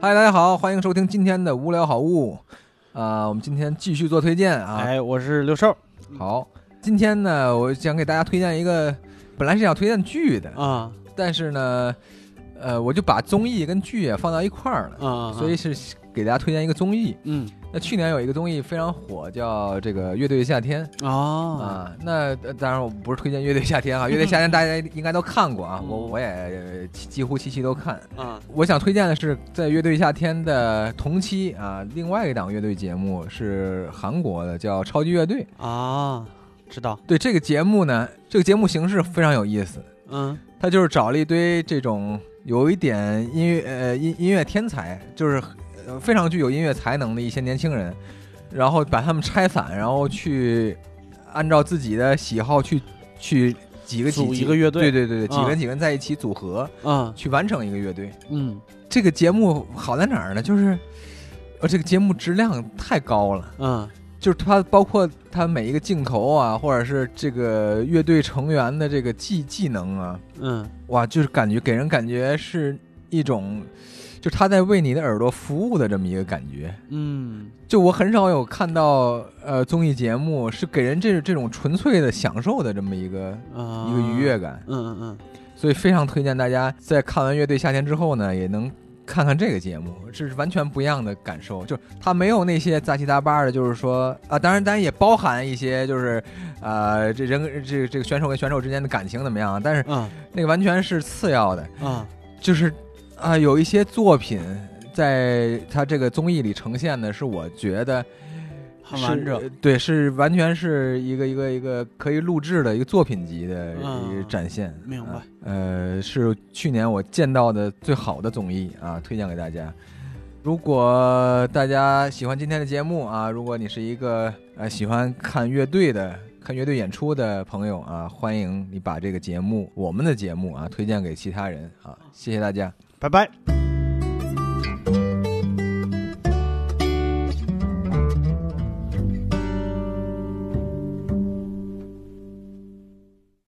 嗨，大家好，欢迎收听今天的无聊好物。啊、我们今天继续做推荐啊。哎，我是刘寿好，今天呢，我想给大家推荐一个，本来是想推荐剧的，啊但是呢，呃，我就把综艺跟剧也放到一块儿了，啊，所以是给大家推荐一个综艺。嗯那去年有一个综艺非常火，叫这个《乐队夏天》哦啊。那呃当然我不是推荐《乐队夏天》啊，《乐队夏天》大家应该都看过啊，我嗯我也呃几乎期期都看。啊我想推荐的是，在《乐队夏天》的同期啊，另外一档乐队节目是韩国的，叫《超级乐队》。啊，知道，对这个节目呢，这个节目形式非常有意思，嗯它就是找了一堆这种有一点音乐呃音音乐天才，就是呃非常具有音乐才能的一些年轻人，然后把他们拆散，然后去按照自己的喜好去去几个几组一几个乐队对对对，几个啊人几个人在一起组合、嗯去完成一个乐队。嗯这个节目好在哪儿呢？就是，呃，这个节目质量太高了，嗯就是它包括它每一个镜头啊，或者是这个乐队成员的这个技技能啊，嗯哇，就是感觉给人感觉是一种，就是他在为你的耳朵服务的这么一个感觉。嗯就我很少有看到呃综艺节目是给人这这种纯粹的享受的这么一个、啊，一个愉悦，感，嗯嗯所以非常推荐大家在看完《乐队夏天》之后呢，也能看看这个节目，这是完全不一样的感受。就是它没有那些杂七杂八的，就是说啊，当然，当然也包含一些就是，呃，这人这这个选手跟选手之间的感情怎么样啊？但是嗯啊那个完全是次要的，啊就是啊、有一些作品在它这个综艺里呈现的是，我觉得很完是呃整，对，是完全是一个一个一个可以录制的一个作品级的啊一个展现。明白啊呃，是去年我见到的最好的综艺啊，推荐给大家。如果大家喜欢今天的节目啊，如果你是一个呃喜欢看乐队的、看乐队演出的朋友啊，欢迎你把这个节目，我们的节目啊，推荐给其他人啊，谢谢大家。拜拜。